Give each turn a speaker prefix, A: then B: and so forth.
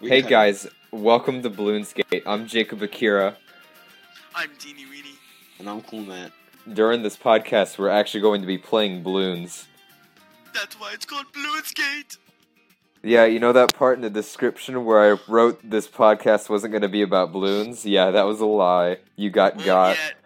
A: We
B: hey
A: cut-
B: guys, welcome to Balloonsgate. I'm Jacob Akira.
C: I'm Deanie Weenie.
A: And I'm Cool Matt.
B: During this podcast, we're actually going to be playing balloons.
C: That's why it's called Balloonsgate.
B: Yeah, you know that part in the description where I wrote this podcast wasn't going to be about balloons? Yeah, that was a lie. You got
C: Well,
B: got.
C: yet.